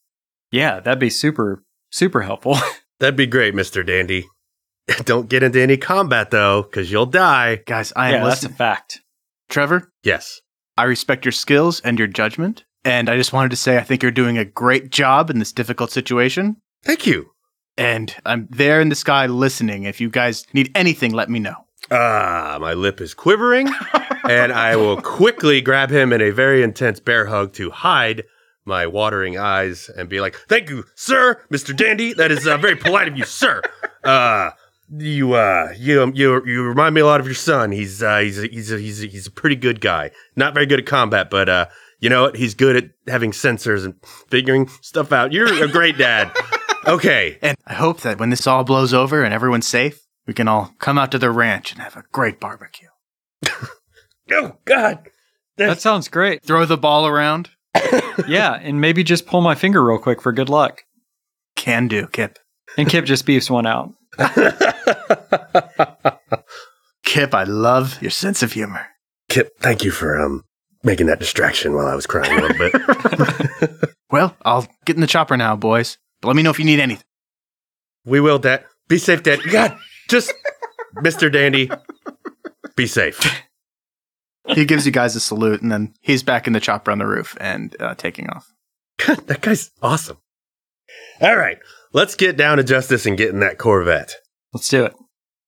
Speaker 5: Yeah, that'd be super, super helpful.
Speaker 1: That'd be great, Mr. Dandy. Don't get into any combat though, because you'll die.
Speaker 4: Guys, I am
Speaker 5: yeah, that's a
Speaker 4: listening.
Speaker 5: fact.
Speaker 4: Trevor,
Speaker 1: Yes.
Speaker 4: I respect your skills and your judgment. And I just wanted to say I think you're doing a great job in this difficult situation.
Speaker 1: Thank you.
Speaker 4: And I'm there in the sky listening. If you guys need anything, let me know.
Speaker 1: Ah, my lip is quivering, and I will quickly grab him in a very intense bear hug to hide my watering eyes and be like, "Thank you, sir, Mister Dandy. That is uh, very polite of you, sir. Uh, you, uh, you, you, you remind me a lot of your son. He's, uh, he's, a, he's, a, he's, a, he's a pretty good guy. Not very good at combat, but uh, you know what? He's good at having sensors and figuring stuff out. You're a great dad. Okay,
Speaker 4: And I hope that when this all blows over and everyone's safe, we can all come out to the ranch and have a great barbecue.
Speaker 1: Oh God.
Speaker 5: That sounds great.
Speaker 4: Throw the ball around.
Speaker 5: Yeah, and maybe just pull my finger real quick for good luck.
Speaker 4: Can do, Kip.
Speaker 5: And Kip just beefs one out.
Speaker 4: Kip, I love your sense of humor.
Speaker 1: Kip, thank you for um making that distraction while I was crying a little bit.
Speaker 4: Well, I'll get in the chopper now, boys. But let me know if you need anything.
Speaker 1: we will, Dad. Be safe, Dad. God, just Mr. Dandy. Be safe.
Speaker 4: He gives you guys a salute, and then he's back in the chopper on the roof and uh, taking off.
Speaker 1: God, that guy's awesome. All right, let's get down to justice and get in that Corvette.
Speaker 5: Let's do it.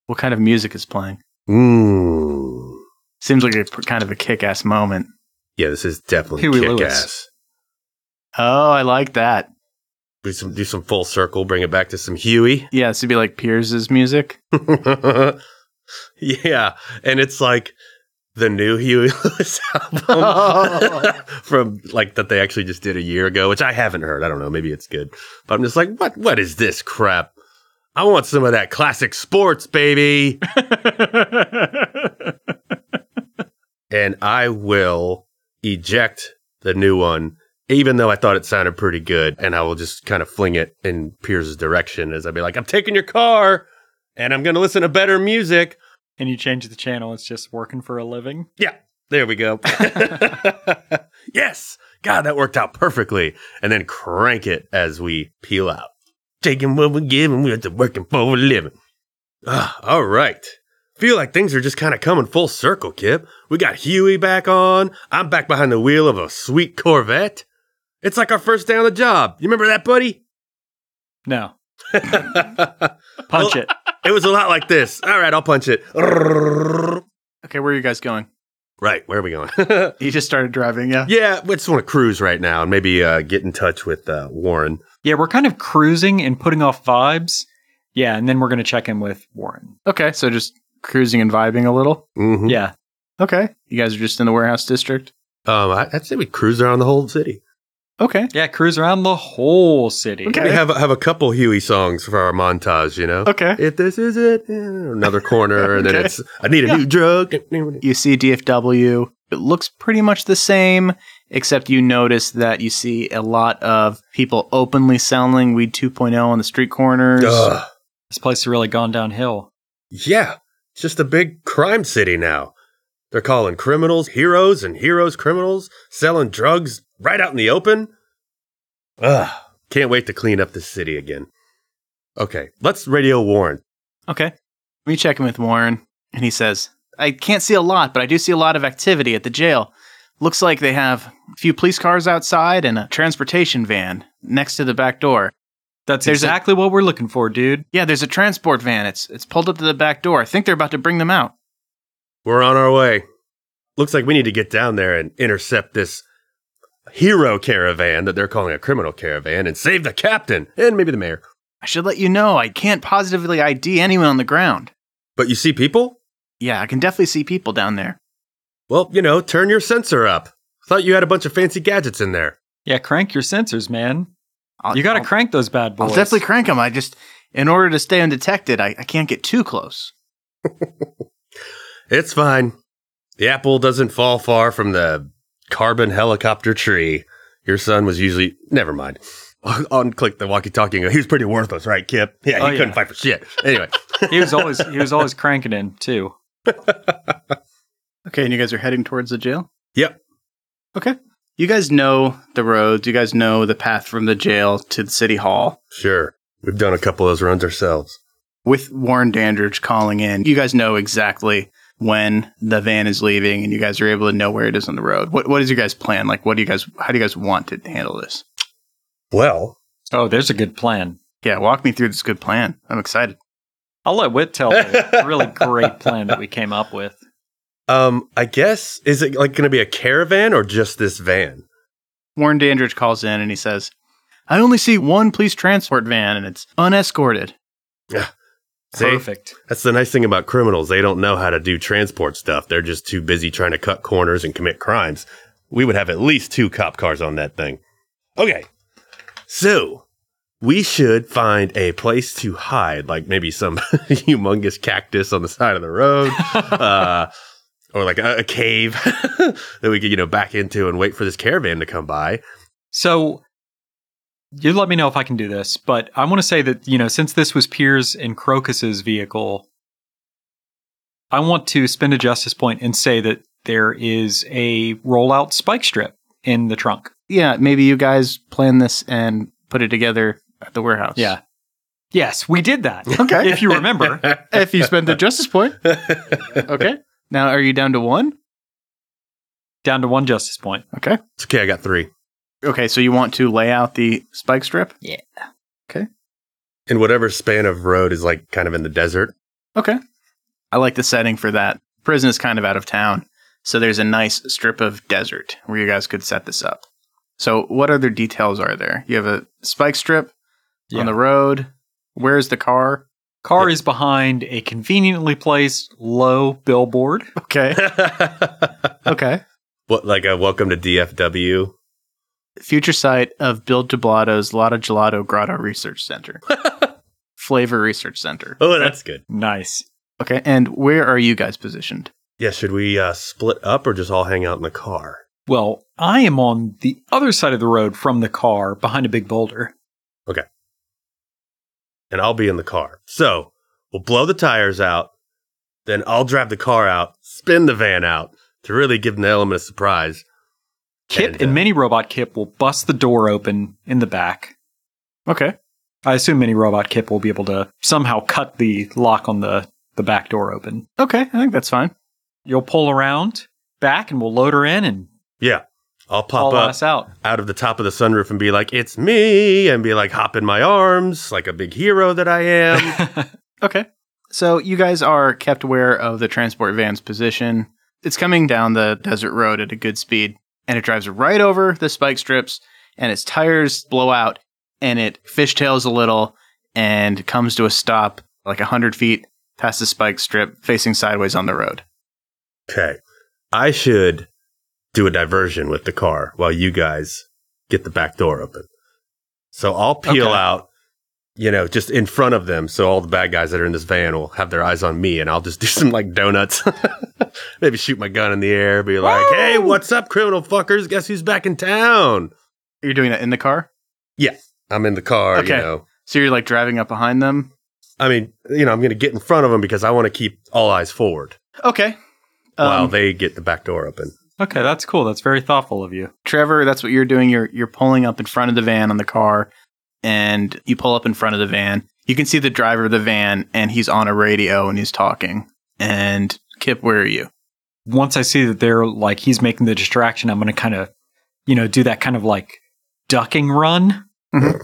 Speaker 4: What kind of music is playing?
Speaker 1: Mmm.
Speaker 4: Seems like a p- kind of a kick ass moment.
Speaker 1: Yeah, this is definitely
Speaker 5: Huey
Speaker 1: kick
Speaker 5: Lewis.
Speaker 1: ass.
Speaker 4: Oh, I like that.
Speaker 1: Do some, do some full circle, bring it back to some Huey.
Speaker 4: Yeah, this would be like Pierce's music.
Speaker 1: yeah, and it's like the new Huey Lewis album
Speaker 4: Oh.
Speaker 1: from like that they actually just did a year ago, which I haven't heard. I don't know, maybe it's good, but I'm just like, what? What is this crap? I want some of that classic sports, baby. and I will eject the new one, even though I thought it sounded pretty good. And I will just kind of fling it in Pierce's direction as I'd be like, I'm taking your car and I'm going to listen to better music.
Speaker 5: And you change the channel, it's just working for a living.
Speaker 1: There we go. yes. God, that worked out perfectly. And then crank it as we peel out. Taking what we're given, we're just working for a living. Ah, all right. Feel like things are just kind of coming full circle, Kip. We got Huey back on. I'm back behind the wheel of a sweet Corvette. It's like our first day on the job. You remember that, buddy?
Speaker 5: No.
Speaker 1: it
Speaker 5: Punch it.
Speaker 1: was a lot like this. All right, I'll punch it.
Speaker 4: Okay, where are you guys going?
Speaker 1: Right, where are we going?
Speaker 4: You just started driving, yeah.
Speaker 1: yeah, we just want to cruise right now and maybe uh, get in touch with uh, Warren.
Speaker 5: Yeah, we're kind of cruising and putting off vibes. Yeah, and then we're going to check in with Warren.
Speaker 4: Okay, so just cruising and vibing a little.
Speaker 1: Mm-hmm.
Speaker 5: Yeah.
Speaker 4: Okay, you guys are just in the warehouse district.
Speaker 1: Um, I, I'd say we cruise around the whole city.
Speaker 4: Okay,
Speaker 5: Yeah, cruise around the whole city.
Speaker 4: Okay.
Speaker 1: Maybe have have a couple Huey songs for our montage. You know,
Speaker 4: okay.
Speaker 1: if this is it, eh, another corner, and then
Speaker 4: Okay.
Speaker 1: it's I need a new drug.
Speaker 4: You see DFW. It looks pretty much the same, except you notice that you see a lot of people openly selling weed 2.0 on the street corners.
Speaker 1: Ugh.
Speaker 5: This place has really gone downhill.
Speaker 1: Yeah, it's just a big crime city now. They're calling criminals heroes and heroes criminals, selling drugs right out in the open. Ugh, can't wait to clean up the city again. Okay, let's radio Warren.
Speaker 4: Okay. We check in with Warren, and he says, I can't see a lot, but I do see a lot of activity at the jail. Looks like they have a few police cars outside and a transportation van next to the back door.
Speaker 5: That's
Speaker 4: There's a-
Speaker 5: exactly what we're looking for, dude.
Speaker 4: Yeah, there's a transport van. It's it's pulled up to the back door. I think they're about to bring them out.
Speaker 1: We're on our way. Looks like we need to get down there and intercept this hero caravan that they're calling a criminal caravan and save the captain and maybe the mayor.
Speaker 4: I should let you know I can't positively ID anyone on the ground.
Speaker 1: But you see people?
Speaker 4: Yeah, I can definitely see people down there.
Speaker 1: Well, you know, turn your sensor up. Thought you had a bunch of fancy gadgets in there.
Speaker 5: Yeah, crank your sensors, man.
Speaker 4: I'll,
Speaker 5: You got to
Speaker 4: I'll,
Speaker 5: crank those bad boys.
Speaker 4: I'll definitely crank them. I just, in order to stay undetected, I, I can't get too close.
Speaker 1: It's fine. The apple doesn't fall far from the carbon helicopter tree. Your son was usually. Never mind. Unclick the walkie talkie. He was pretty worthless, right, Kip? Yeah, he
Speaker 5: Oh,
Speaker 1: couldn't
Speaker 5: yeah.
Speaker 1: fight for shit. Anyway,
Speaker 5: he was always he was always cranking in too.
Speaker 7: Okay, and you guys are heading towards the jail?
Speaker 1: Yep.
Speaker 7: Okay. You guys know the roads. You guys know the path from the jail to the city hall.
Speaker 1: sure. We've done a couple of those runs ourselves.
Speaker 7: With Warren Dandridge calling in, you guys know exactly when the van is leaving and you guys are able to know where it is on the road. What what is your guys' plan? Like what do you guys how do you guys want to handle this?
Speaker 1: Well,
Speaker 5: Oh, there's a good plan.
Speaker 7: Yeah, walk me through this good plan. I'm excited.
Speaker 5: I'll let Whit tell the really great plan that we came up with.
Speaker 1: um, I guess is it like going to be a caravan or just this van?
Speaker 7: Warren Dandridge calls in and he says,
Speaker 4: I only see one police transport van, and it's unescorted.
Speaker 1: See?
Speaker 5: Perfect.
Speaker 1: That's the nice thing about criminals. They don't know how to do transport stuff. They're just too busy trying to cut corners and commit crimes. We would have at least two cop cars on that thing. Okay. So we should find a place to hide, like maybe some humongous cactus on the side of the road, uh, or like a, a cave that we could, you know, back into and wait for this caravan to come by.
Speaker 5: So you let me know if I can do this, but I want to say that, you know, since this was Piers and Crocus's vehicle, I want to spend a justice point and say that there is a rollout spike strip in the trunk.
Speaker 4: Yeah, maybe you guys plan this and put it together at the warehouse.
Speaker 5: Yeah. Yes, we did that.
Speaker 4: Okay.
Speaker 5: if you remember.
Speaker 4: if you spend the justice point. Okay. Now, are you down to one?
Speaker 5: Down to one justice point.
Speaker 4: Okay.
Speaker 1: It's okay. I got three.
Speaker 4: Okay, so you want to lay out the spike strip?
Speaker 1: In whatever span of road is like kind of in the desert.
Speaker 4: Okay. I like the setting for that. Prison is kind of out of town. So there's a nice strip of desert where you guys could set this up. So what other details are there? You have a spike strip
Speaker 5: Yeah.
Speaker 4: on the road. Where's the car?
Speaker 5: Car is behind a conveniently placed low billboard.
Speaker 4: Okay. Okay.
Speaker 1: What like a welcome to DFW?
Speaker 4: Future site of Bill Gelato's Lotta Gelato Grotto Research Center. Flavor Research Center.
Speaker 1: Oh, that's good.
Speaker 5: Nice.
Speaker 4: Okay. And where are you guys positioned?
Speaker 1: Yeah, should we uh, split up or just all hang out in the car?
Speaker 5: Well, I am on the other side of the road from the car behind a big boulder.
Speaker 1: And I'll be in the car. So we'll blow the tires out, then I'll drive the car out, spin the van out,
Speaker 3: to really give them the element of surprise.
Speaker 5: Kip
Speaker 3: And,
Speaker 5: and,
Speaker 3: uh,
Speaker 5: Mini Robot Kip will bust the door open in the back.
Speaker 8: Okay.
Speaker 5: I assume Mini Robot Kip will be able to somehow cut the lock on the, the back door open.
Speaker 8: Okay. I think that's fine.
Speaker 5: You'll pull around back and we'll load her in and
Speaker 3: I'll pop
Speaker 5: haul
Speaker 3: up
Speaker 5: us out.
Speaker 3: out of the top of the sunroof and be like, "It's me," and be like, hop in my arms like a big hero that I am.
Speaker 8: Okay.
Speaker 4: So you guys are kept aware of the transport van's position. It's coming down the desert road at a good speed, and it drives right over the spike strips, and its tires blow out, and it fishtails a little and comes to a stop like 100 feet past the spike strip, facing sideways on the road.
Speaker 3: Okay. I should do a diversion with the car while you guys get the back door open. So I'll peel
Speaker 5: Okay.
Speaker 3: out, you know, just in front of them. So all the bad guys that are in this van will have their eyes on me and I'll just do some like donuts. Maybe shoot my gun in the air, be like, hey, what's up, criminal fuckers? Guess who's back in town?
Speaker 4: You're doing that in the car?
Speaker 3: I'm in the car, you
Speaker 4: Okay.
Speaker 3: know.
Speaker 4: So you're like driving up behind them?
Speaker 3: I mean, you know, I'm going to get in front of them because I want to keep all eyes forward
Speaker 4: Okay.
Speaker 3: while
Speaker 4: Um,
Speaker 3: they get the back door open.
Speaker 5: Okay, that's cool. That's very thoughtful of you.
Speaker 4: Trevor, that's what you're doing. You're you're pulling up in front of the van on the car, and you pull up in front of the van. You can see the driver of the van, and he's on a radio and he's talking. And Kip, where are you?
Speaker 5: Once I see that they're like, he's making the distraction, I'm going to kind of, you know, do that kind of like ducking run.
Speaker 4: Mhm.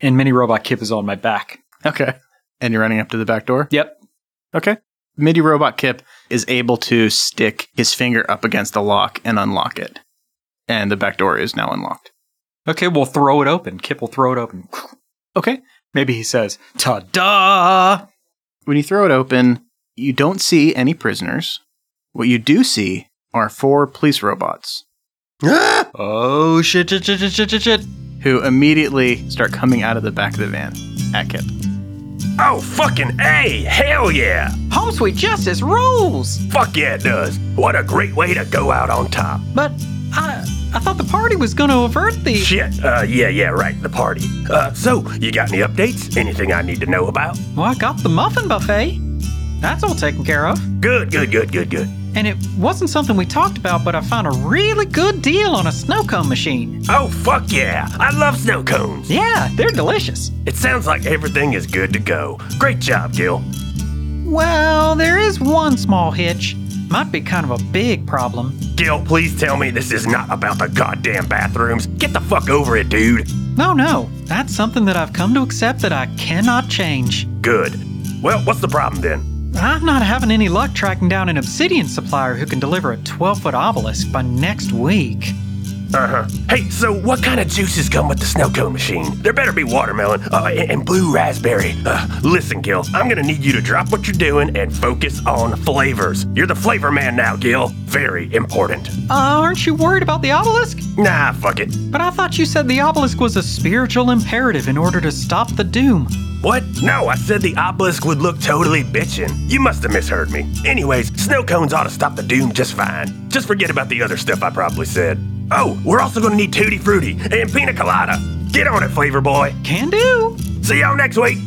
Speaker 5: and Mini Robot Kip is on my back.
Speaker 4: Okay. And you're running up to the back door.
Speaker 5: Yep.
Speaker 4: Okay. MIDI robot Kip is able to stick his finger up against the lock and unlock it, and the back door is now unlocked.
Speaker 5: Okay, we'll throw it open. Kip will throw it open.
Speaker 4: Okay.
Speaker 5: Maybe he says, ta da!
Speaker 4: When you throw it open, you don't see any prisoners. What you do see are four police robots.
Speaker 5: Oh shit, shit, shit, shit, shit, shit, shit.
Speaker 4: who immediately start coming out of the back of the van at Kip.
Speaker 1: Oh, fucking A! Hell yeah!
Speaker 2: Home Sweet Justice rules!
Speaker 1: Fuck yeah, it does. What a great way to go out on top.
Speaker 2: But I I thought the party was gonna avert the
Speaker 1: Shit. Uh, yeah, yeah, right. The party. Uh, so, you got any updates? Anything I need to know about?
Speaker 2: Well, I got the muffin buffet. That's all taken care of.
Speaker 1: Good, good, good, good, good.
Speaker 2: And it wasn't something we talked about, but I found a really good deal on a snow cone machine.
Speaker 1: Oh, fuck yeah. I love snow cones.
Speaker 2: Yeah, they're delicious.
Speaker 1: It sounds like everything is good to go. Great job, Gil.
Speaker 2: Well, there is one small hitch. Might be kind of a big problem.
Speaker 1: Gil, please tell me this is not about the goddamn bathrooms. Get the fuck over it, dude.
Speaker 2: No, no, that's something that I've come to accept that I cannot change.
Speaker 1: Good. Well, what's the problem then?
Speaker 2: I'm not having any luck tracking down an obsidian supplier who can deliver a 12 foot obelisk by next week.
Speaker 1: Uh huh. Hey, so what kind of juices come with the snow cone machine? There better be watermelon uh, and, and blue raspberry. Uh, listen, Gil, I'm gonna need you to drop what you're doing and focus on flavors. You're the flavor man now, Gil. Very important.
Speaker 2: Uh, aren't you worried about the obelisk?
Speaker 1: Nah, fuck it.
Speaker 2: But I thought you said the obelisk was a spiritual imperative in order to stop the doom.
Speaker 1: What? No, I said the obelisk would look totally bitchin'. You must have misheard me. Anyways, snow cones ought to stop the doom just fine. Just forget about the other stuff I probably said. Oh, we're also gonna need Tutti Frutti and Pina Colada. Get on it, Flavor Boy.
Speaker 2: Can do!
Speaker 1: See y'all next week.